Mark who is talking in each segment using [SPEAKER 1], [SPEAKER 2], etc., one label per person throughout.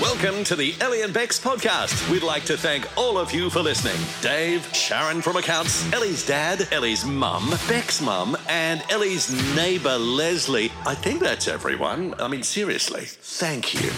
[SPEAKER 1] Welcome to the Ellie and Bex podcast. We'd like to thank all of you for listening. Dave, Sharon from accounts, Ellie's dad, Ellie's mum, Beck's mum, and Ellie's neighbour Leslie. I think that's everyone. I mean, seriously, thank you.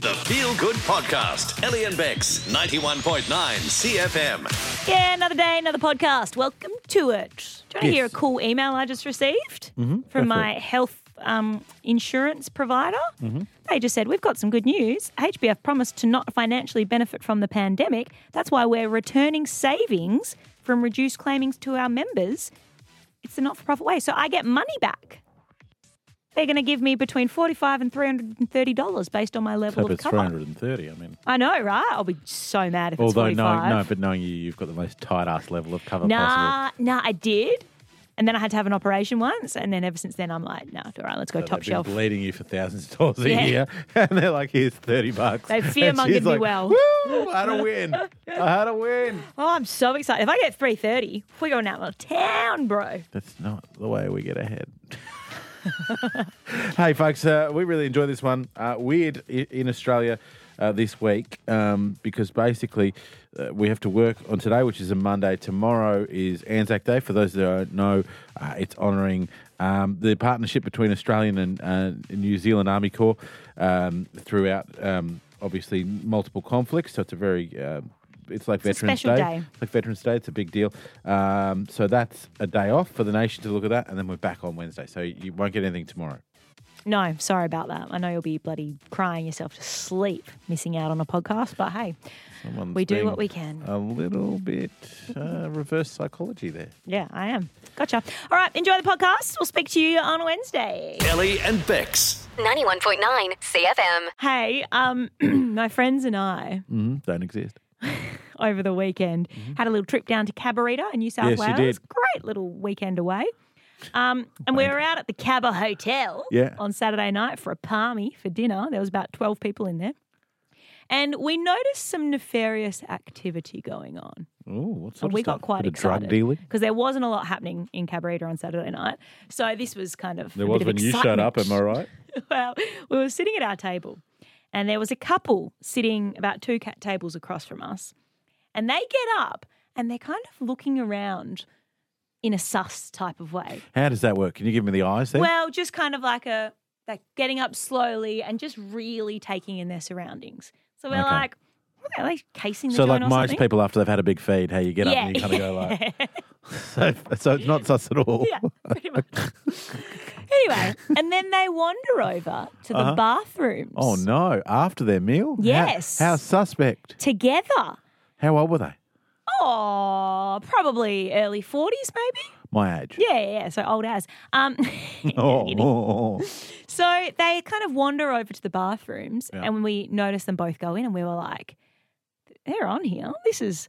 [SPEAKER 1] The Feel Good Podcast, Ellie and Bex, 91.9 CFM.
[SPEAKER 2] Yeah, another day, another podcast. Welcome to it. Do you want to
[SPEAKER 3] Yes. Mm-hmm.
[SPEAKER 2] hear a cool email I just received from my health um, insurance provider?
[SPEAKER 3] Mm-hmm.
[SPEAKER 2] They just said, We've got some good news. HBF promised to not financially benefit from the pandemic. That's why we're returning savings from reduced claimings to our members. It's the not for profit way. So I get money back. They're going to give me between $45 and $330 based on my level
[SPEAKER 3] Hope
[SPEAKER 2] of
[SPEAKER 3] it's
[SPEAKER 2] cover.
[SPEAKER 3] 330. I mean,
[SPEAKER 2] I know, right? I'll be so mad if
[SPEAKER 3] although
[SPEAKER 2] it's 45
[SPEAKER 3] knowing, no, but knowing you, you've got the most tight ass level of cover possible.
[SPEAKER 2] Nah, nah, I did. And then I had to have an operation once. And then ever since then, I'm like, no, all right, let's go
[SPEAKER 3] So
[SPEAKER 2] top
[SPEAKER 3] they've been
[SPEAKER 2] shelf.
[SPEAKER 3] bleeding you for thousands of dollars a
[SPEAKER 2] Yeah.
[SPEAKER 3] year, and they're like, "Here's thirty bucks."
[SPEAKER 2] They
[SPEAKER 3] And she's
[SPEAKER 2] fear-mongered me
[SPEAKER 3] like,
[SPEAKER 2] well.
[SPEAKER 3] Woo! I had a win. I had a win.
[SPEAKER 2] Oh, I'm so excited. If I get 330, we're going out of town, bro.
[SPEAKER 3] That's not the way we get ahead. hey, folks, uh, we really enjoy this one. Uh, weird i- in Australia uh, this week um, because basically uh, we have to work on today, which is a Monday. Tomorrow is Anzac Day. For those that don't know, uh, it's honouring um, the partnership between Australian and uh, New Zealand Army Corps um, throughout, um, obviously, multiple conflicts. So it's a very. Uh, it's like
[SPEAKER 2] It's a
[SPEAKER 3] Veterans
[SPEAKER 2] special
[SPEAKER 3] Day.
[SPEAKER 2] day.
[SPEAKER 3] It's like Veterans Day. It's a big deal. Um, so that's a day off for the nation to look at that, and then we're back on Wednesday. So you won't get anything tomorrow.
[SPEAKER 2] No, sorry about that. I know you'll be bloody crying yourself to sleep, missing out on a podcast. But hey,
[SPEAKER 3] Someone's
[SPEAKER 2] We do
[SPEAKER 3] being
[SPEAKER 2] what we can.
[SPEAKER 3] A little bit uh, reverse psychology there.
[SPEAKER 2] yeah, I am. Gotcha. All right, enjoy the podcast. We'll speak to you on Wednesday.
[SPEAKER 1] Ellie and Bex.
[SPEAKER 4] 91.9 CFM.
[SPEAKER 2] Hey, um, my friends and I
[SPEAKER 3] Mm, don't exist.
[SPEAKER 2] over the weekend. Had a little trip down to Cabarita in New South
[SPEAKER 3] Mm-hmm. Yes, you
[SPEAKER 2] Wales.
[SPEAKER 3] did.
[SPEAKER 2] Great little weekend away. Um, and we were out at the Cabba Hotel
[SPEAKER 3] Yeah.
[SPEAKER 2] on Saturday night for a palmy for dinner. There was about 12 people in there. And we noticed some nefarious activity going on.
[SPEAKER 3] Oh, what's
[SPEAKER 2] And we got quite
[SPEAKER 3] Bit of
[SPEAKER 2] excited.
[SPEAKER 3] drug dealing.
[SPEAKER 2] Because there wasn't a lot happening in Cabarita on Saturday night. So this was kind of
[SPEAKER 3] There
[SPEAKER 2] a
[SPEAKER 3] was
[SPEAKER 2] bit
[SPEAKER 3] when
[SPEAKER 2] of
[SPEAKER 3] you showed up.
[SPEAKER 2] excitement.
[SPEAKER 3] Am I right?
[SPEAKER 2] Well, we were sitting at our table, and there was a couple sitting about two cat tables across from us, and they get up and they're kind of looking around in a sus type of way.
[SPEAKER 3] How does that work? Can you give me the eyes there?
[SPEAKER 2] Well, just kind of like a like getting up slowly and just really taking in their surroundings. So we're
[SPEAKER 3] Okay.
[SPEAKER 2] like, what are they casing the
[SPEAKER 3] so,
[SPEAKER 2] joint
[SPEAKER 3] like
[SPEAKER 2] or
[SPEAKER 3] most
[SPEAKER 2] something?
[SPEAKER 3] people, after they've had a big feed, how you get up and you kind of go like, so, so it's not sus at all.
[SPEAKER 2] yeah, pretty much. anyway, and then they wander over to the bathrooms
[SPEAKER 3] Uh-huh. Oh no! After their meal? How-
[SPEAKER 2] Yes.
[SPEAKER 3] how suspect?
[SPEAKER 2] together.
[SPEAKER 3] How old were they?
[SPEAKER 2] Oh, probably early 40s, maybe?
[SPEAKER 3] My age.
[SPEAKER 2] Yeah, yeah, yeah. So old as. Um,
[SPEAKER 3] Oh, oh, oh.
[SPEAKER 2] so they kind of wander over to the bathrooms,
[SPEAKER 3] Yeah.
[SPEAKER 2] and we noticed them both go in, and we were like, they're on here. This is,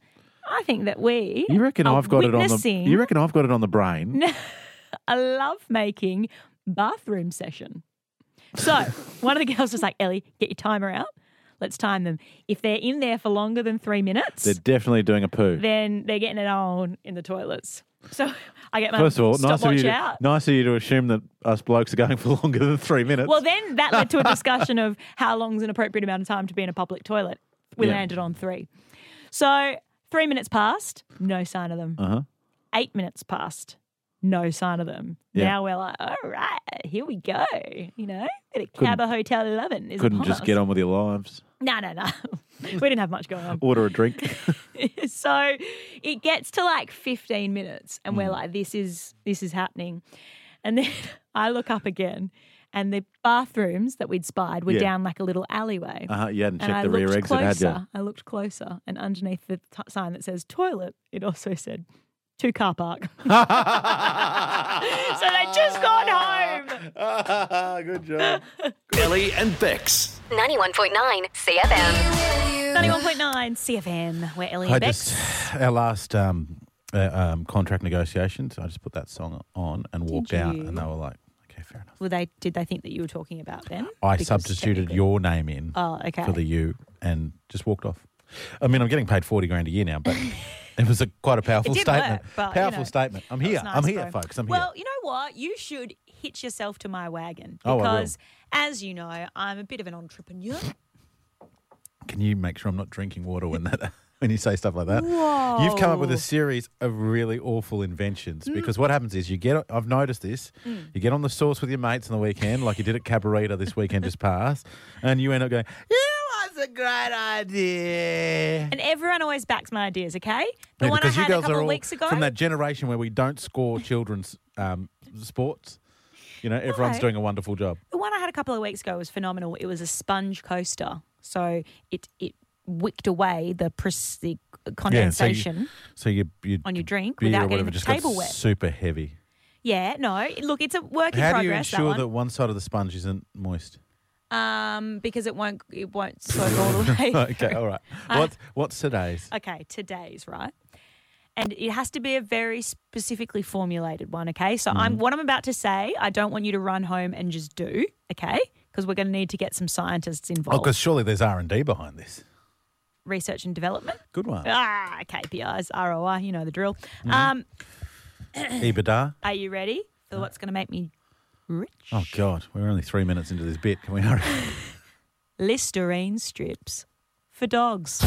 [SPEAKER 2] I think that we.
[SPEAKER 3] You reckon
[SPEAKER 2] are
[SPEAKER 3] I've got it on the?
[SPEAKER 2] witnessing
[SPEAKER 3] You reckon I've got it on the brain?
[SPEAKER 2] a lovemaking bathroom session. So one of the girls was like, Ellie, get your timer out. Let's time them. If they're in there for longer than three minutes,
[SPEAKER 3] They're definitely doing a poo.
[SPEAKER 2] then they're getting it on in the toilets. So I get my
[SPEAKER 3] First of all, nice of
[SPEAKER 2] stopwatch
[SPEAKER 3] you. To,
[SPEAKER 2] Um, out.
[SPEAKER 3] nice of you to assume that us blokes are going for longer than three minutes.
[SPEAKER 2] Well, then that led to a discussion of how long's an appropriate amount of time to be in a public toilet. We
[SPEAKER 3] Yeah.
[SPEAKER 2] landed on three. So three minutes passed, no sign of them.
[SPEAKER 3] Uh-huh.
[SPEAKER 2] Eight minutes passed, no sign of them.
[SPEAKER 3] Yeah.
[SPEAKER 2] Now we're like, all right, here we go. You know, bit of
[SPEAKER 3] Couldn't-
[SPEAKER 2] Cabba Hotel 11 is
[SPEAKER 3] couldn't
[SPEAKER 2] upon
[SPEAKER 3] just
[SPEAKER 2] us.
[SPEAKER 3] get on with your lives.
[SPEAKER 2] No, no, no. we didn't have much going on.
[SPEAKER 3] Order a drink.
[SPEAKER 2] so it gets to like 15 minutes and
[SPEAKER 3] Hmm.
[SPEAKER 2] we're like this is this is happening and then i look up again and the bathrooms that we'd spied were
[SPEAKER 3] Yeah.
[SPEAKER 2] down like a little alleyway
[SPEAKER 3] Uh, you hadn't
[SPEAKER 2] and
[SPEAKER 3] checked
[SPEAKER 2] i
[SPEAKER 3] the
[SPEAKER 2] looked
[SPEAKER 3] rear exit, had
[SPEAKER 2] closer
[SPEAKER 3] you?
[SPEAKER 2] i looked closer and underneath the t- sign that says toilet it also said to car park so they just gone home
[SPEAKER 3] Good job.
[SPEAKER 1] Ellie and Bex.
[SPEAKER 4] 91.9 CFM.
[SPEAKER 2] 91.9 cfm where ellie
[SPEAKER 3] I
[SPEAKER 2] and Bex.
[SPEAKER 3] just our last um, uh, um, contract negotiations. I just put that song on and walked out,
[SPEAKER 2] you?
[SPEAKER 3] and they were like, "Okay, fair enough."
[SPEAKER 2] well, they did they think that you were talking about them
[SPEAKER 3] I
[SPEAKER 2] Because
[SPEAKER 3] substituted
[SPEAKER 2] technically-
[SPEAKER 3] your name in
[SPEAKER 2] oh okay
[SPEAKER 3] for the U and just walked off. I mean, I'm getting paid 40 grand a year now, but it was a, quite a powerful
[SPEAKER 2] did
[SPEAKER 3] statement.
[SPEAKER 2] work, but, you
[SPEAKER 3] powerful
[SPEAKER 2] know,
[SPEAKER 3] statement. I'm here.
[SPEAKER 2] That's
[SPEAKER 3] I'm
[SPEAKER 2] nice,
[SPEAKER 3] here,
[SPEAKER 2] bro.
[SPEAKER 3] folks. I'm
[SPEAKER 2] well,
[SPEAKER 3] here.
[SPEAKER 2] you know what? You should hitch yourself to my wagon
[SPEAKER 3] Oh, I will.
[SPEAKER 2] because, as you know, I'm a bit of an entrepreneur.
[SPEAKER 3] Can you make sure I'm not drinking water when that when you say stuff like that? You've come up with
[SPEAKER 2] Whoa. Mm.
[SPEAKER 3] a series of really awful inventions because what happens is you get I've noticed this. You get on the source with your mates on the weekend, like you did at Cabarita this weekend just past, and you end up going, Yeah, was a great idea.
[SPEAKER 2] And everyone always backs my ideas, okay? The
[SPEAKER 3] Yeah,
[SPEAKER 2] one I
[SPEAKER 3] because you
[SPEAKER 2] had a
[SPEAKER 3] girls
[SPEAKER 2] couple
[SPEAKER 3] are
[SPEAKER 2] of
[SPEAKER 3] all
[SPEAKER 2] weeks ago.
[SPEAKER 3] From that generation where we don't score children's um, sports. You know, everyone's
[SPEAKER 2] No.
[SPEAKER 3] doing a wonderful job.
[SPEAKER 2] The one I had a couple of weeks ago was phenomenal. It was a sponge coaster, so it it wicked away the, pres- the condensation.
[SPEAKER 3] So you, so you, you
[SPEAKER 2] On your drink
[SPEAKER 3] beer or
[SPEAKER 2] without getting the
[SPEAKER 3] whatever just
[SPEAKER 2] table
[SPEAKER 3] got
[SPEAKER 2] wet.
[SPEAKER 3] super heavy.
[SPEAKER 2] yeah, no. it- Look, it's a work in
[SPEAKER 3] How do you
[SPEAKER 2] progress.
[SPEAKER 3] ensure that,
[SPEAKER 2] that one,
[SPEAKER 3] one side of the sponge isn't moist?
[SPEAKER 2] um, because it won't it won't soak all the way.
[SPEAKER 3] okay,
[SPEAKER 2] through.
[SPEAKER 3] all right. What what's today's?
[SPEAKER 2] okay, today's right. And it has to be a very specifically formulated one, okay? So I'm what I'm about to say, I don't want you to run home and just do, okay? Because we're going to need to get some scientists
[SPEAKER 3] Oh,
[SPEAKER 2] involved.
[SPEAKER 3] because surely there's R and D behind this.
[SPEAKER 2] Research and development.
[SPEAKER 3] Good one.
[SPEAKER 2] Ah, KPIs, ROI, you know the drill. Um,
[SPEAKER 3] EBITDA.
[SPEAKER 2] are you ready for what's going to make me rich?
[SPEAKER 3] Oh God, we're only three minutes into this bit. Can we hurry?
[SPEAKER 2] Listerine strips for dogs.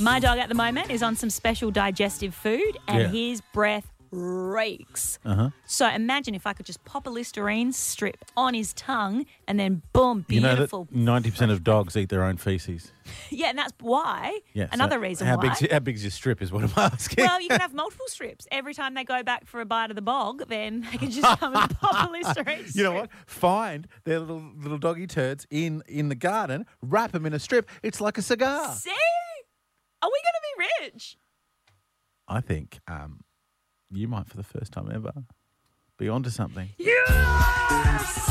[SPEAKER 2] My dog at the moment is on some special digestive food and
[SPEAKER 3] Yeah. Uh-huh.
[SPEAKER 2] his breath reeks. So imagine if I could just pop a Listerine strip on his tongue and then boom,
[SPEAKER 3] you know
[SPEAKER 2] beautiful.
[SPEAKER 3] that ninety percent of dogs eat their own feces.
[SPEAKER 2] yeah, and that's why.
[SPEAKER 3] Yeah. so
[SPEAKER 2] Another reason
[SPEAKER 3] how
[SPEAKER 2] why.
[SPEAKER 3] Big's, how big's your strip is what I'm asking.
[SPEAKER 2] Well, you can have multiple strips. Every time they go back for a bite of the bog, then they can just come and pop a Listerine strip.
[SPEAKER 3] You know what? Find their little little doggy turds in in the garden, wrap them in a strip. It's like a cigar.
[SPEAKER 2] See? Are we going to be rich?
[SPEAKER 3] I think um, you might, for the first time ever, be onto something.
[SPEAKER 2] Yes!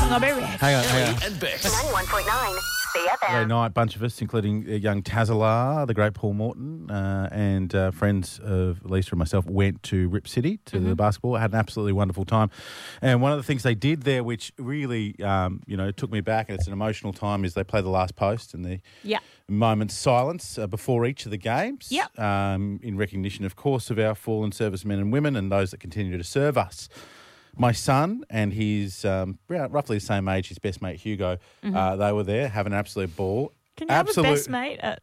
[SPEAKER 2] I'm going to be rich.
[SPEAKER 3] Hang on, hang on.
[SPEAKER 1] and Bex.
[SPEAKER 4] 91.9
[SPEAKER 3] Saturday
[SPEAKER 4] CFM.
[SPEAKER 3] night, bunch of us, including uh, young Tazalar, the great Paul Morton, uh, and uh, friends of Lisa and myself, went to Rip City to the basketball. Had an absolutely wonderful time. And one of the things they did there, which really, um, you know, took me back, and it's an emotional time, is they play the last post and the
[SPEAKER 2] Yeah.
[SPEAKER 3] moment silence uh, before each of the games.
[SPEAKER 2] Yep.
[SPEAKER 3] Um, in recognition, of course, of our fallen servicemen and women and those that continue to serve us. My son and his um, around roughly the same age, his best mate Hugo, uh, they were there having an absolute ball.
[SPEAKER 2] Mm-hmm. Can you
[SPEAKER 3] Absolute-
[SPEAKER 2] have a best mate at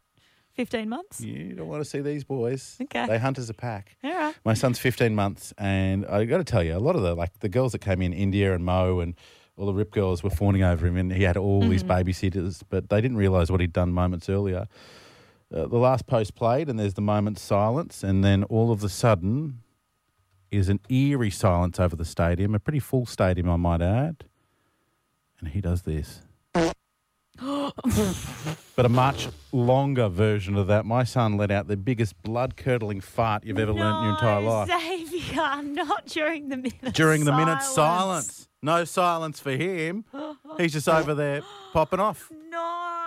[SPEAKER 2] 15 months?
[SPEAKER 3] You don't want to see these boys.
[SPEAKER 2] Okay.
[SPEAKER 3] They hunt as a pack.
[SPEAKER 2] All right.
[SPEAKER 3] My son's 15 months, and I got to tell you, a lot of the like the girls that came in, India and Mo and all the Rip girls were fawning over him, and he had all these
[SPEAKER 2] Mm-hmm.
[SPEAKER 3] babysitters, but they didn't realise what he'd done moments earlier. Uh, the last post played, and there's the moment silence, and then all of a sudden is an eerie silence over the stadium, a pretty full stadium, I might add. And he does this. But a much longer version of that, my son let out the biggest blood curdling fart you've ever learnt in your entire
[SPEAKER 2] No,
[SPEAKER 3] life.
[SPEAKER 2] Xavier, I'm not during the minute.
[SPEAKER 3] During the minute silence. No silence for him. He's just over there popping off.
[SPEAKER 2] No.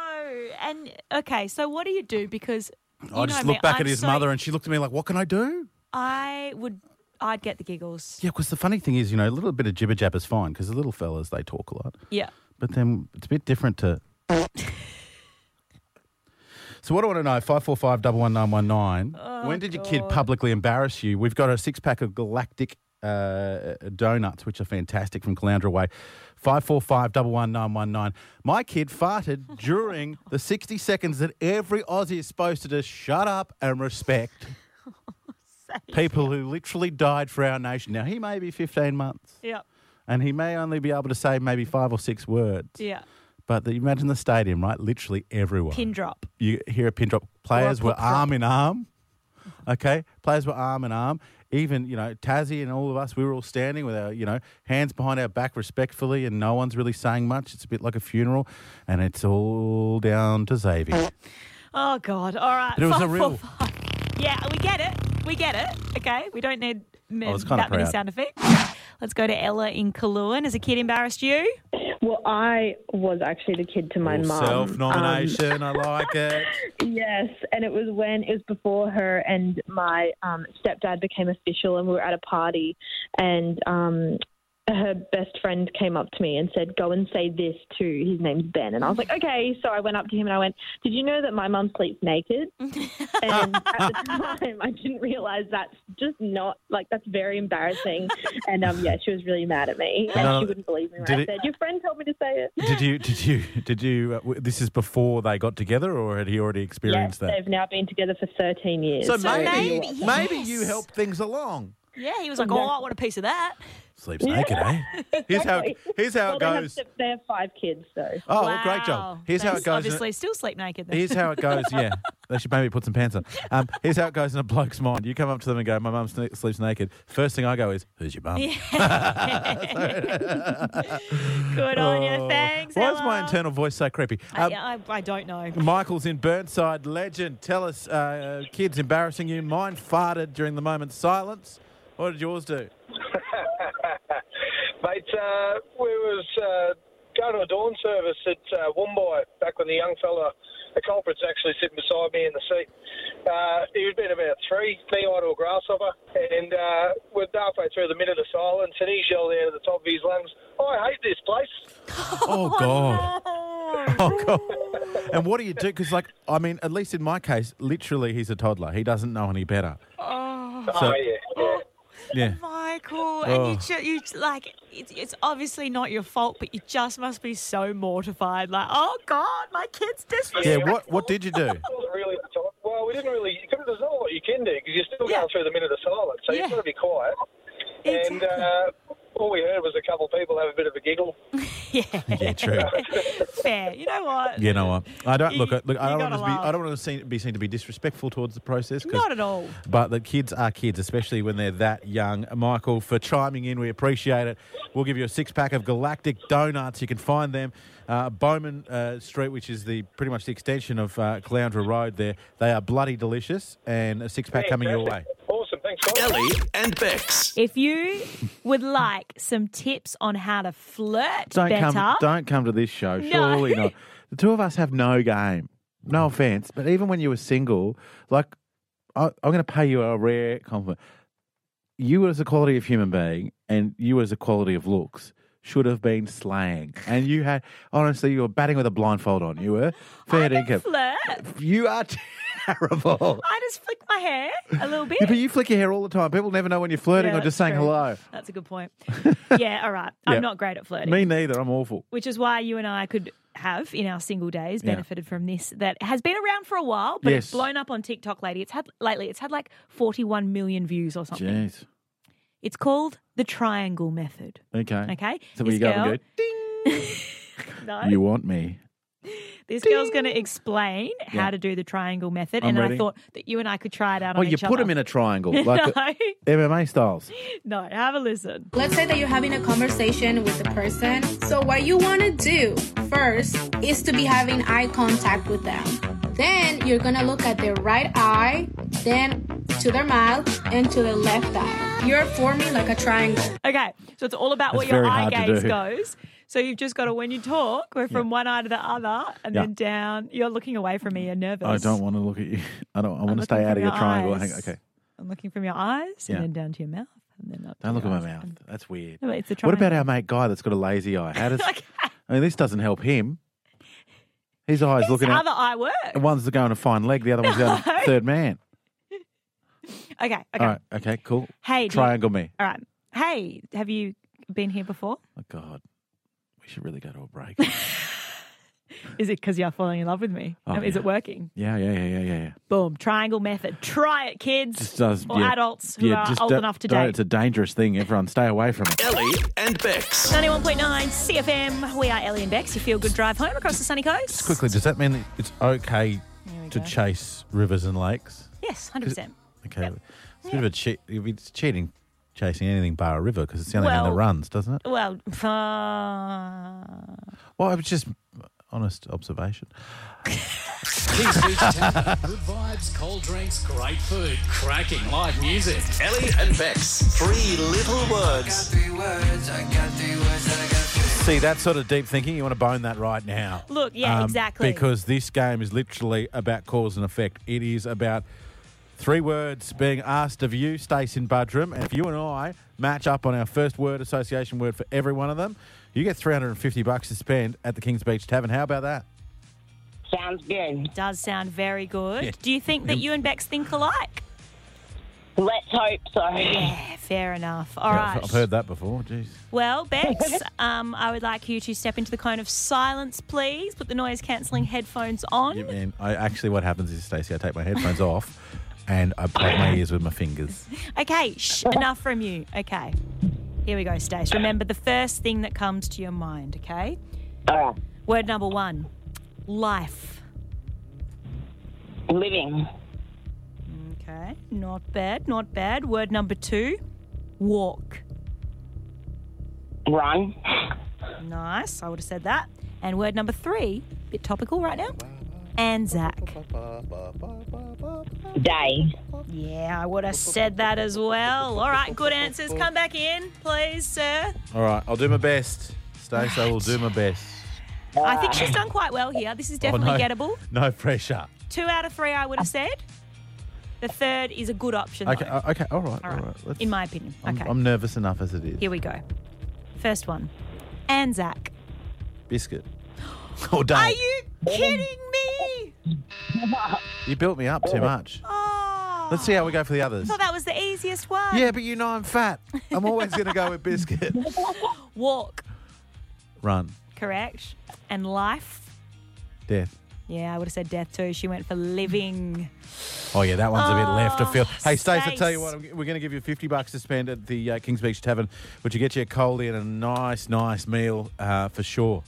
[SPEAKER 2] And okay, so what do you do? Because you
[SPEAKER 3] I just
[SPEAKER 2] know me,
[SPEAKER 3] looked back
[SPEAKER 2] I'm
[SPEAKER 3] at his
[SPEAKER 2] so-
[SPEAKER 3] mother and she looked at me like, What can I do?
[SPEAKER 2] I would, I'd get the giggles.
[SPEAKER 3] Yeah, because the funny thing is, you know, a little bit of jibber jabber's fine because the little fellas, they talk a lot.
[SPEAKER 2] Yeah.
[SPEAKER 3] But then it's a bit different to. so what I want to know: five four five double one nine one nine. When did your kid publicly embarrass you? We've got a six pack of galactic uh, donuts, which are fantastic from Caloundra Way. Five four five double one nine one nine. My kid farted during the sixty seconds that every Aussie is supposed to just shut up and respect. People who literally died for our nation. Now he may be fifteen months,
[SPEAKER 2] Yeah.
[SPEAKER 3] and he may only be able to say maybe five or six words.
[SPEAKER 2] Yeah.
[SPEAKER 3] But the, imagine the stadium, right? Literally everyone.
[SPEAKER 2] Pin drop.
[SPEAKER 3] You hear a pin drop. Players were
[SPEAKER 2] pop drop.
[SPEAKER 3] arm in arm. Okay, players were arm in arm. Even you know Tassie and all of us, we were all standing with our you know hands behind our back respectfully, and no one's really saying much. It's a bit like a funeral, and it's all down to Xavier.
[SPEAKER 2] Oh, God. All right.
[SPEAKER 3] But it was a
[SPEAKER 2] Five, four,
[SPEAKER 3] real-
[SPEAKER 2] five. Yeah, we get it. We get it. Okay. We don't need men,
[SPEAKER 3] was
[SPEAKER 2] that
[SPEAKER 3] kinda
[SPEAKER 2] many
[SPEAKER 3] proud.
[SPEAKER 2] sound effects. Let's go to Ella in Kaloon. Has a kid embarrassed you?
[SPEAKER 5] Well, I was actually the kid to my
[SPEAKER 3] Or
[SPEAKER 5] mum.
[SPEAKER 3] Self-nomination, I like it.
[SPEAKER 5] Um, yes, and it was when it was before her and my um, stepdad became official, and we were at a party, and um, her best friend came up to me and said, "Go and say this to his name's Ben." And I was like, "Okay." So I went up to him and I went, "Did you know that my mum sleeps naked?" and at the time, I didn't realize that's just not like that's very embarrassing. and um, yeah, she was really mad at me, and
[SPEAKER 3] no,
[SPEAKER 5] she wouldn't believe me when
[SPEAKER 3] did
[SPEAKER 5] I
[SPEAKER 3] it-
[SPEAKER 5] said, "Your friend told me to say it."
[SPEAKER 3] Did you? Did you? Did you? Uh, w- this is before they got together, or had he already
[SPEAKER 5] Yes,
[SPEAKER 3] experienced that?
[SPEAKER 5] they've now been together for 13 years.
[SPEAKER 6] So,
[SPEAKER 2] So
[SPEAKER 6] maybe,
[SPEAKER 2] maybe-
[SPEAKER 6] maybe
[SPEAKER 2] yes.
[SPEAKER 6] you help things along.
[SPEAKER 2] Yeah, he was like, oh, I want a piece of that.
[SPEAKER 3] Sleeps naked, eh? Here's how. it- Here's how
[SPEAKER 5] well,
[SPEAKER 3] it
[SPEAKER 5] they have,
[SPEAKER 3] goes.
[SPEAKER 5] se- they have five kids, so.
[SPEAKER 3] Oh, well, great job.
[SPEAKER 2] Wow.
[SPEAKER 3] Here's how
[SPEAKER 2] They
[SPEAKER 3] it goes. in-
[SPEAKER 2] Obviously, still sleep naked. Then.
[SPEAKER 3] Here's how it goes. Yeah, they should maybe put some pants on. Um, here's how it goes in a bloke's mind. You come up to them and go, "My mum sne- sleeps naked." First thing I go is, "Who's your mum?"
[SPEAKER 2] Good on you. oh, Thanks.
[SPEAKER 3] Oh. Why is my
[SPEAKER 2] Ella.
[SPEAKER 3] internal voice so creepy?
[SPEAKER 2] I,
[SPEAKER 3] Um,
[SPEAKER 2] yeah, I, I don't know.
[SPEAKER 3] Michael's in Burnside. Legend, tell us, uh, kids embarrassing you. Mine farted during the moment silence. What did yours do?
[SPEAKER 7] Mate, uh, we was uh, going to a dawn service at uh, Woombai back when the young fella, the culprit's actually sitting beside me in the seat. Uh, he was been about three, knee high to a grasshopper, and uh, we're halfway through the minute of silence, and he yelled out at the top of his lungs, "I hate this place."
[SPEAKER 3] Oh, God. Oh, God. And what do you do? Because, like, I mean, at least in my case, literally, he's a toddler. He doesn't know any better.
[SPEAKER 7] oh yeah, yeah.
[SPEAKER 3] Yeah.
[SPEAKER 8] Michael,
[SPEAKER 3] Oh.
[SPEAKER 8] and you, ju- you ju- like it's, it's obviously not your fault, but you just must be so mortified. Like, oh God, my kid's disrespectful.
[SPEAKER 3] Yeah, what, what did you do?
[SPEAKER 7] Wasn't really the time. Well, we didn't really. You couldn't, there's not a lot you can do because you're still
[SPEAKER 8] Yeah.
[SPEAKER 7] going through the minute of silence, so
[SPEAKER 8] Yeah.
[SPEAKER 7] you've got to be quiet. And
[SPEAKER 8] Exactly.
[SPEAKER 7] uh, all we heard was a couple of people have a bit of a giggle.
[SPEAKER 3] Yeah, true.
[SPEAKER 8] Fair. You know what?
[SPEAKER 3] You know what? I don't look.
[SPEAKER 8] You-
[SPEAKER 3] At, look, I
[SPEAKER 8] you
[SPEAKER 3] don't want
[SPEAKER 8] gotta
[SPEAKER 3] to be. I
[SPEAKER 8] laugh.
[SPEAKER 3] don't want to see, be seen to be disrespectful towards the process. 'cause-
[SPEAKER 8] Not at all.
[SPEAKER 3] But the kids are kids, especially when they're that young. Michael, for chiming in, we appreciate it. We'll give you a six pack of Galactic Donuts. You can find them uh, Bowman uh, Street, which is the pretty much the extension of uh, Caloundra Road. There, they are bloody delicious, and a six pack coming your way.
[SPEAKER 7] Fantastic. Awesome. Thanks, guys.
[SPEAKER 1] Ellie and Bex.
[SPEAKER 2] If you would like some tips on how to flirt
[SPEAKER 6] Don't
[SPEAKER 2] better,
[SPEAKER 6] come. Don't come to this show.
[SPEAKER 2] No.
[SPEAKER 6] Surely not. The two of us have no game. No offense, but even when you were single, like I, I'm going to pay you a rare compliment. You as a quality of human being, and you as a quality of looks. Should have been slaying, and you had honestly, you were batting with a blindfold on. You were fair
[SPEAKER 2] I can
[SPEAKER 6] dinkum.
[SPEAKER 2] flirt.
[SPEAKER 6] You are terrible.
[SPEAKER 2] I just flick my hair a little bit.
[SPEAKER 6] Yeah, but you flick your hair all the time. People never know when you're flirting
[SPEAKER 2] Yeah,
[SPEAKER 6] or just
[SPEAKER 2] that's
[SPEAKER 6] saying
[SPEAKER 2] true.
[SPEAKER 6] hello.
[SPEAKER 2] That's a good point. Yeah, all right.
[SPEAKER 6] Yeah.
[SPEAKER 2] I'm not great at flirting.
[SPEAKER 6] Me neither. I'm awful.
[SPEAKER 2] which is why you and I could have in our single days benefited from this that has been around for a while, but
[SPEAKER 6] Yes.
[SPEAKER 2] it's blown up on TikTok lately. It's had lately, it's had like 41 million views or something.
[SPEAKER 6] Jeez.
[SPEAKER 2] It's called the triangle method.
[SPEAKER 6] Okay.
[SPEAKER 2] Okay.
[SPEAKER 6] So we
[SPEAKER 2] This
[SPEAKER 6] go up and
[SPEAKER 2] girl-
[SPEAKER 6] go. Ding.
[SPEAKER 2] No,
[SPEAKER 6] You want me?
[SPEAKER 2] this girl's going to explain how to do the triangle method,
[SPEAKER 6] I'm
[SPEAKER 2] and
[SPEAKER 6] ready.
[SPEAKER 2] I thought that you and I could try it out
[SPEAKER 6] Oh,
[SPEAKER 2] on
[SPEAKER 6] you
[SPEAKER 2] each
[SPEAKER 6] put
[SPEAKER 2] other.
[SPEAKER 6] them in a triangle, like uh, MMA styles.
[SPEAKER 2] no, no, have a listen.
[SPEAKER 9] Let's say that you're having a conversation with a person. So, what you want to do first is to be having eye contact with them. Then you're going to look at their right eye, then to their mouth, and to their left eye. You're forming like a triangle.
[SPEAKER 2] Okay, so it's all about
[SPEAKER 6] That's
[SPEAKER 2] where your
[SPEAKER 6] very
[SPEAKER 2] eye
[SPEAKER 6] hard to
[SPEAKER 2] gaze
[SPEAKER 6] do.
[SPEAKER 2] goes. So you've just got to, when you talk, go from one eye to the other, and
[SPEAKER 6] Yeah.
[SPEAKER 2] then down. You're looking away from me. You're nervous.
[SPEAKER 6] I don't want to look at you. I don't. I want to stay out
[SPEAKER 2] looking from
[SPEAKER 6] of your
[SPEAKER 2] your
[SPEAKER 6] triangle.
[SPEAKER 2] eyes.
[SPEAKER 6] Hang, okay.
[SPEAKER 2] I'm looking from your eyes
[SPEAKER 6] Yeah.
[SPEAKER 2] and then down to your mouth and then up. to
[SPEAKER 6] Don't look at
[SPEAKER 2] your
[SPEAKER 6] my
[SPEAKER 2] eyes.
[SPEAKER 6] mouth. That's weird.
[SPEAKER 2] No, but it's a
[SPEAKER 6] What about
[SPEAKER 2] triangle.
[SPEAKER 6] our mate guy that's got a lazy eye? How does? I mean, this doesn't help him. His eyes
[SPEAKER 2] His
[SPEAKER 6] looking
[SPEAKER 2] other
[SPEAKER 6] out.
[SPEAKER 2] eye work.
[SPEAKER 6] and One's going to find leg. The other one's going to third man.
[SPEAKER 2] Okay, okay.
[SPEAKER 6] All right. Okay. Cool.
[SPEAKER 2] Hey, do you-
[SPEAKER 6] triangle me.
[SPEAKER 2] All right. Hey, have you been here before?
[SPEAKER 6] Oh God. We should really go to a break.
[SPEAKER 2] Is it because you're falling in love with me?
[SPEAKER 6] Oh,
[SPEAKER 2] Um, Is
[SPEAKER 6] yeah.
[SPEAKER 2] it working?
[SPEAKER 6] yeah. Yeah. Yeah. Yeah. Yeah. Yeah.
[SPEAKER 2] Boom. Triangle method. Try it, kids.
[SPEAKER 6] Just does.
[SPEAKER 2] or
[SPEAKER 6] yeah.
[SPEAKER 2] adults who
[SPEAKER 6] Yeah,
[SPEAKER 2] are
[SPEAKER 6] just
[SPEAKER 2] old
[SPEAKER 6] don't-
[SPEAKER 2] enough to
[SPEAKER 6] don't.
[SPEAKER 2] date.
[SPEAKER 6] It's a dangerous thing. Everyone, stay away from it.
[SPEAKER 1] Ellie and Bex.
[SPEAKER 2] 91.9 CFM. We are Ellie and Bex. You feel good drive home across the sunny coast?
[SPEAKER 3] Quickly, does that mean it's okay
[SPEAKER 2] we
[SPEAKER 3] to
[SPEAKER 2] go.
[SPEAKER 3] chase rivers and lakes?
[SPEAKER 2] Yes, 100%.
[SPEAKER 3] Okay, it's a bit of a cheat. It's cheating chasing anything bar a river because it's the only one that
[SPEAKER 2] Well-
[SPEAKER 3] runs, doesn't it?
[SPEAKER 2] Well, uh,
[SPEAKER 3] Well, it was just honest observation.
[SPEAKER 10] Good vibes, cold drinks, great food, cracking live music.
[SPEAKER 1] Ellie and Bex. Three little words.
[SPEAKER 3] See, that sort of deep thinking, you want to bone that right now. Um,
[SPEAKER 2] Look, yeah, exactly.
[SPEAKER 3] Because this game is literally about cause and effect. It is about Three words being asked of you, Stace in Budrum. And if you and I match up on our first word association word for every one of them, you get 350 bucks to spend at the Kings Beach Tavern. How about that?
[SPEAKER 5] Sounds good.
[SPEAKER 2] Does sound very good.
[SPEAKER 3] Yeah.
[SPEAKER 2] Do you think that you and Bex think alike?
[SPEAKER 5] Let's hope so.
[SPEAKER 2] Yeah, fair enough. All
[SPEAKER 3] Yeah, I've-
[SPEAKER 2] right.
[SPEAKER 3] I've heard that before. Jeez.
[SPEAKER 2] Well, Bex, um, I would like you to step into the cone of silence, please. Put the noise cancelling headphones on.
[SPEAKER 3] Yeah, man. I actually, what happens is, Stacey, I take my headphones off and I plug my ears with my fingers.
[SPEAKER 2] Okay, shh, enough from you. Okay. Here we go, Stace. Remember the first thing that comes to your mind, okay?
[SPEAKER 5] All right.
[SPEAKER 2] Word number one life.
[SPEAKER 5] Living.
[SPEAKER 2] Okay, not bad, not bad. Word number two walk.
[SPEAKER 5] Run.
[SPEAKER 2] Nice, I would have said that. And word number three, bit topical right now Anzac.
[SPEAKER 5] Day.
[SPEAKER 2] Yeah, I would have said that as well. All right, good answers. Come back in, please, sir.
[SPEAKER 3] All right, I'll do my best. Stace, I will do my best.
[SPEAKER 2] I think she's done quite well here. This is
[SPEAKER 3] Oh,
[SPEAKER 2] definitely
[SPEAKER 3] no,
[SPEAKER 2] gettable.
[SPEAKER 3] No pressure.
[SPEAKER 2] Two out of three, I would have said. The third is a good option.
[SPEAKER 3] Okay,
[SPEAKER 2] though.
[SPEAKER 3] uh, okay, all right, all
[SPEAKER 2] All right,
[SPEAKER 3] right. let's-
[SPEAKER 2] in my opinion.
[SPEAKER 3] I'm,
[SPEAKER 2] okay,
[SPEAKER 3] I'm nervous enough as it is.
[SPEAKER 2] here we go. First one Anzac.
[SPEAKER 3] Biscuit. All day.
[SPEAKER 2] Are you kidding me?
[SPEAKER 3] You built me up too much.
[SPEAKER 2] Oh,
[SPEAKER 3] Let's see how we go for the others.
[SPEAKER 2] I thought that was the easiest one.
[SPEAKER 3] Yeah, but you know I'm fat. I'm always going to go with biscuit.
[SPEAKER 2] Walk,
[SPEAKER 3] Run.
[SPEAKER 2] correct. And life.
[SPEAKER 3] Death.
[SPEAKER 2] Yeah, I would have said death too. She went for living.
[SPEAKER 3] Oh, yeah, that one's a bit left of field. Hey, Stace, I tell
[SPEAKER 2] Stace.
[SPEAKER 3] you what, I'm g- we're going to give you 50 bucks to spend at the uh, Kings Beach Tavern, which will get you a coldie and a nice, nice meal uh, for sure.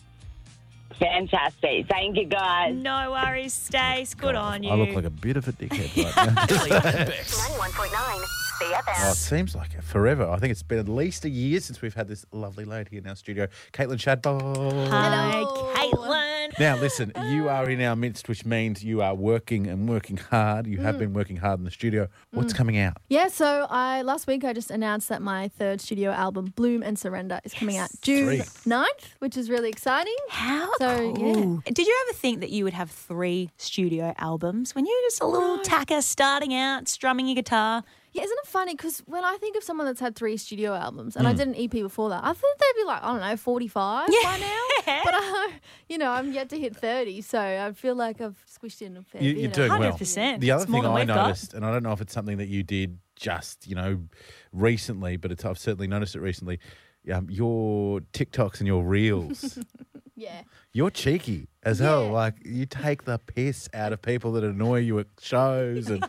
[SPEAKER 5] Fantastic. Thank you, guys.
[SPEAKER 2] No worries, Stace. Good on you.
[SPEAKER 3] I look like a bit of a dickhead right now.
[SPEAKER 10] 91.9
[SPEAKER 3] Oh, it
[SPEAKER 10] CFM.
[SPEAKER 3] seems like it forever. I think it's been at least a year since we've had this lovely lady in our studio, Caitlin Shadbolt.
[SPEAKER 2] Hi,
[SPEAKER 11] Hello.
[SPEAKER 2] Caitlin.
[SPEAKER 3] Now, listen, you are in our midst, which means you are working and working hard. You
[SPEAKER 2] Mm.
[SPEAKER 3] have been working hard in the studio. What's coming out?
[SPEAKER 12] Yeah, so I last week I just announced that my third studio album, Bloom and Surrender, is coming out
[SPEAKER 3] Three.
[SPEAKER 12] June 9th, which is really exciting.
[SPEAKER 2] How
[SPEAKER 12] So, yeah.
[SPEAKER 2] cool. Did you ever think that you would have three studio albums when you're just a little tacker starting out, strumming your guitar?
[SPEAKER 12] Yeah, isn't it funny? Because when I think of someone that's had three studio albums,
[SPEAKER 3] Hmm.
[SPEAKER 12] and I did an EP before that, I thought they'd be like, I don't know, 45 by now. But, I, you know, I'm yet to hit 30, so I feel like I've squished in a fair
[SPEAKER 3] You,
[SPEAKER 12] bit
[SPEAKER 3] you're
[SPEAKER 12] of-
[SPEAKER 3] doing well.
[SPEAKER 2] 100%.
[SPEAKER 3] The other
[SPEAKER 2] It's more
[SPEAKER 3] thing
[SPEAKER 2] than
[SPEAKER 3] I
[SPEAKER 2] we've got.
[SPEAKER 3] noticed, and I don't know if it's something that you did just, you know, recently, but it's, I've certainly noticed it recently. Um, your TikToks and your reels,
[SPEAKER 12] Yeah.
[SPEAKER 3] you're cheeky as hell.
[SPEAKER 12] Yeah.
[SPEAKER 3] Like you take the piss out of people that annoy you at shows and.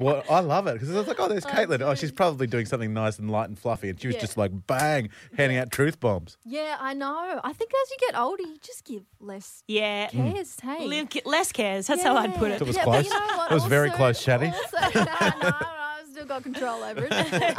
[SPEAKER 3] Well, I love it because I was like, "Oh, there's Caitlin. Oh, she's probably doing something nice and light and fluffy," and she was
[SPEAKER 12] Yeah.
[SPEAKER 3] just like, "Bang!" handing out truth bombs.
[SPEAKER 12] Yeah, I know. I think as you get older, you just give less
[SPEAKER 2] Yeah.
[SPEAKER 3] Hmm.
[SPEAKER 12] cares, hey?
[SPEAKER 2] Live ca- less cares. That's how I'd put
[SPEAKER 12] Yeah.
[SPEAKER 2] it.
[SPEAKER 3] That was
[SPEAKER 12] Yeah, but
[SPEAKER 3] close.
[SPEAKER 12] you know what?
[SPEAKER 3] That was very
[SPEAKER 12] Also-
[SPEAKER 3] close, Shadi.
[SPEAKER 12] Also, no, no, no, I've still got control over it.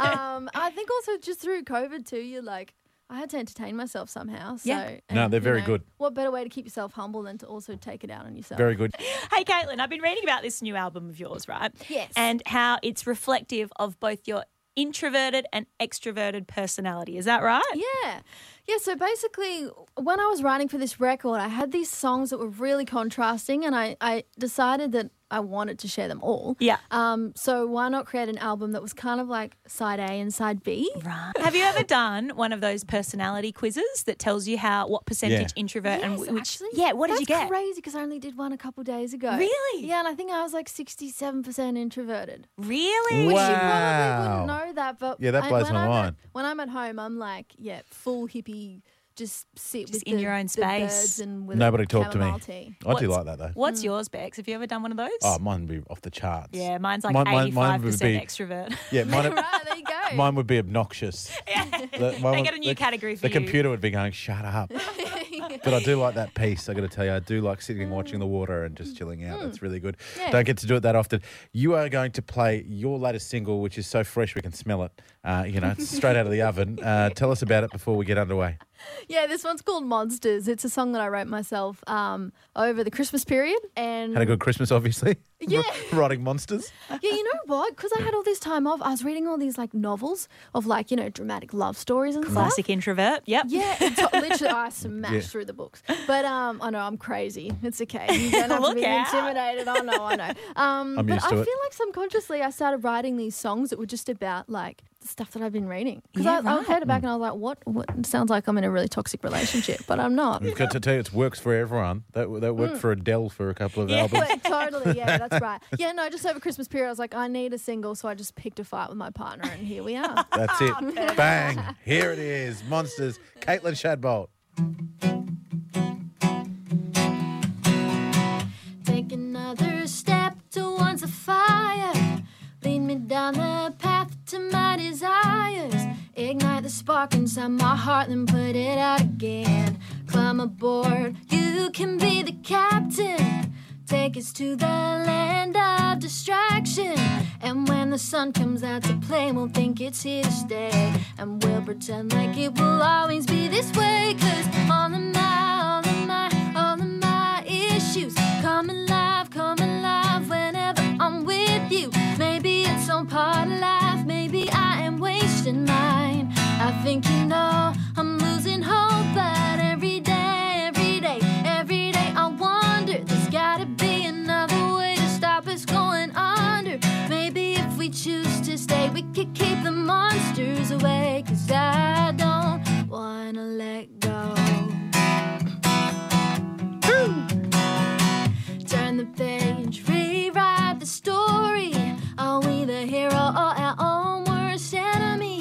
[SPEAKER 12] um, I think also just through COVID too, you're like, I had to entertain myself somehow. So,
[SPEAKER 2] Yeah.
[SPEAKER 3] No, they're
[SPEAKER 12] you
[SPEAKER 3] very
[SPEAKER 12] know,
[SPEAKER 3] good.
[SPEAKER 12] What better way to keep yourself humble than to also take it out on yourself?
[SPEAKER 3] Very good.
[SPEAKER 2] Hey, Caitlin, I've been reading about this new album of yours, right?
[SPEAKER 12] Yes.
[SPEAKER 2] And how it's reflective of both your introverted and extroverted personality. Is that right?
[SPEAKER 12] Yeah. Yeah, so basically, when I was writing for this record, I had these songs that were really contrasting, and I, I decided that I wanted to share them all.
[SPEAKER 2] Yeah.
[SPEAKER 12] Um, so, why not create an album that was kind of like side A and side B?
[SPEAKER 2] Right. Have you ever done one of those personality quizzes that tells you how what percentage introvert and
[SPEAKER 12] Yes,
[SPEAKER 2] wh- um, which?
[SPEAKER 12] actually.
[SPEAKER 2] yeah. What did
[SPEAKER 12] That's
[SPEAKER 2] you get?
[SPEAKER 12] Crazy because I only did one a couple days ago.
[SPEAKER 2] Really?
[SPEAKER 12] Yeah, and I think I was like sixty-seven percent introverted.
[SPEAKER 2] Really?
[SPEAKER 12] Which you probably
[SPEAKER 3] Wow.
[SPEAKER 12] wouldn't know that, but
[SPEAKER 3] Yeah, that
[SPEAKER 12] I-
[SPEAKER 3] blows
[SPEAKER 12] when
[SPEAKER 3] my
[SPEAKER 12] I'm
[SPEAKER 3] mind.
[SPEAKER 12] At, when I'm at home, I'm like, yeah, full hippie, just sit
[SPEAKER 2] Just
[SPEAKER 12] with
[SPEAKER 2] in
[SPEAKER 12] the-
[SPEAKER 2] your own
[SPEAKER 12] the
[SPEAKER 2] space.
[SPEAKER 12] birds and with a
[SPEAKER 3] Nobody talk to me.
[SPEAKER 12] chamomile Tea.
[SPEAKER 3] I do
[SPEAKER 2] What's-
[SPEAKER 3] like that though.
[SPEAKER 2] What's yours, Bex? Have you ever done one of those?
[SPEAKER 3] Oh, mine would be off the charts.
[SPEAKER 2] Hmm. yeah, mine's like
[SPEAKER 3] Mine- mine- mine
[SPEAKER 2] eighty-five
[SPEAKER 3] would
[SPEAKER 2] percent
[SPEAKER 3] be-
[SPEAKER 2] extrovert.
[SPEAKER 3] Yeah, mine,
[SPEAKER 12] right, there you go.
[SPEAKER 3] mine would be obnoxious. The- mine
[SPEAKER 2] They
[SPEAKER 3] would-
[SPEAKER 2] got a new
[SPEAKER 3] the-
[SPEAKER 2] category for
[SPEAKER 3] The
[SPEAKER 2] you.
[SPEAKER 3] computer would be going, shut up. but I do like that piece, I got to tell you. I do like sitting and watching the water and just chilling out.
[SPEAKER 2] Mm.
[SPEAKER 3] That's really good. Don't get to do it that often. You are going to play your latest single, which is so fresh we can smell it. Uh, you know, it's straight out of the oven. Uh, tell us about it before we get underway.
[SPEAKER 13] Yeah, this one's called Monsters. It's a song that I wrote myself um, over the Christmas period, and
[SPEAKER 3] Had a good Christmas, obviously.
[SPEAKER 13] Yeah.
[SPEAKER 3] Rotting monsters.
[SPEAKER 13] yeah, you know what? Because I had all this time off, I was reading all these like novels of like you know dramatic love stories and stuff.
[SPEAKER 2] Classic introvert. Yep.
[SPEAKER 13] Yeah, it's literally I smashed
[SPEAKER 2] Yeah.
[SPEAKER 13] through the books. But um, I know I'm crazy. It's okay. You don't have to
[SPEAKER 2] Look
[SPEAKER 13] be
[SPEAKER 2] out.
[SPEAKER 13] intimidated. I know, I know. Um,
[SPEAKER 2] I'm
[SPEAKER 13] but
[SPEAKER 2] used
[SPEAKER 13] I
[SPEAKER 2] to
[SPEAKER 13] feel
[SPEAKER 2] it.
[SPEAKER 13] like subconsciously I started writing these songs that were just about like the stuff that I've been reading because
[SPEAKER 2] Yeah,
[SPEAKER 13] I, I
[SPEAKER 2] right.
[SPEAKER 13] heard it back and I was like, what? What sounds like I'm in a really toxic relationship, but I'm not.
[SPEAKER 3] We've got to tell you, it works for everyone. That that worked
[SPEAKER 13] Mm.
[SPEAKER 3] for Adele for a couple of albums.
[SPEAKER 13] Wait, totally. Yeah, that's right. Yeah, no, just over Christmas period, I was like, I need a single, so I just picked a fight with my partner, and here we are.
[SPEAKER 3] That's
[SPEAKER 2] Ah,
[SPEAKER 3] it. Bang. Here it is. Monsters. Caitlin Shadbolt.
[SPEAKER 12] Take another step towards the fire. Lead me down the path to my desires. Ignite the spark inside my heart, then put it out again. Climb aboard, you can be the captain. Take us to the land of distraction. And when the sun comes out to play, we'll think it's here to stay. And we'll pretend like it will always be this way. Cause all of my, all of my, all of my issues come alive, come alive whenever I'm with you. Maybe it's some part of life, maybe I am wasting mine. I think you know I'm losing hope, but every day, every day, every day I wonder. There's gotta be another way to stop us going under. Maybe if we choose to stay, we could keep the monsters away. Cause I don't wanna let go. Turn the page, rewrite the story. Are we the hero or our own worst enemy?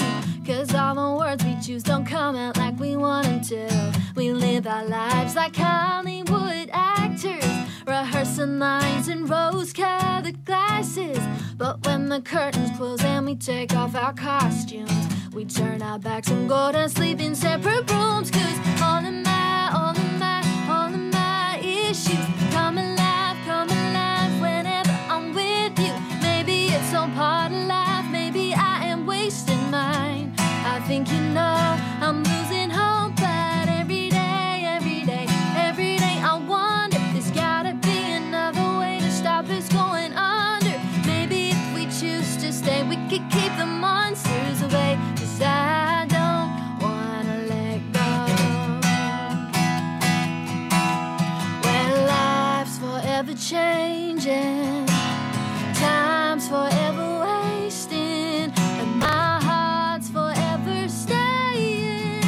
[SPEAKER 12] Cause all the words we choose don't come out like we want 'em to. We live our lives like Hollywood actors, rehearsing lines in rose colored glasses. But when the curtains close and we take off our costumes, we turn our backs and go to sleep in separate rooms. Cause all in my, all in my, all in my issues come alive, come alive whenever I'm with you. Maybe it's some part of life, maybe I am wasting mine. I think you know I'm losing hope, but every day, every day, every day I wonder. There's gotta be another way to stop us going under. Maybe if we choose to stay, we could keep the monsters away. Cause I don't wanna let go. When life's forever changing, time's forever wasting, and my heart's forever staying.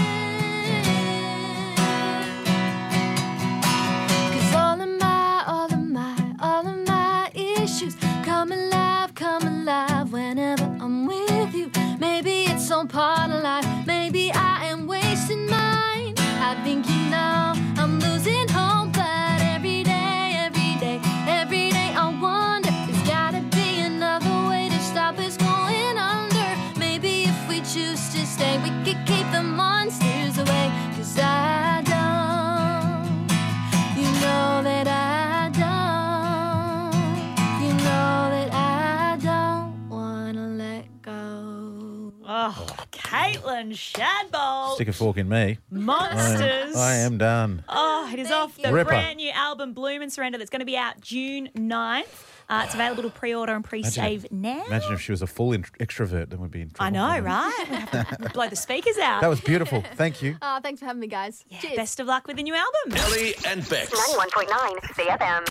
[SPEAKER 12] Cause all of my, all of my, all of my issues come alive, come alive whenever I'm with you. Maybe it's some part of life, maybe I am wasting mine. I think you know I'm losing hope, but every day, every day, every day I wonder there's gotta be another way to stop us going under. Maybe if we choose to stay, we could keep the monsters away. Cause I don't. You know that I don't. You know that I don't wanna let go.
[SPEAKER 2] Oh, Caitlin Shadbolt.
[SPEAKER 3] Stick a fork in me.
[SPEAKER 2] Monsters.
[SPEAKER 3] I am, I am done.
[SPEAKER 2] Oh, it is off the
[SPEAKER 3] Ripper.
[SPEAKER 2] brand new album Bloom and Surrender that's going to be out June 9th. Uh, it's available to pre order and pre save now.
[SPEAKER 3] Imagine if she was a full int- extrovert, then we'd be in trouble.
[SPEAKER 2] I know, right? We have to Blow the speakers out.
[SPEAKER 3] That was beautiful. Thank you.
[SPEAKER 13] Oh, thanks for having me, guys.
[SPEAKER 2] Best of luck with the new album.
[SPEAKER 1] Ellie and Bex.
[SPEAKER 2] 91.9 CFM.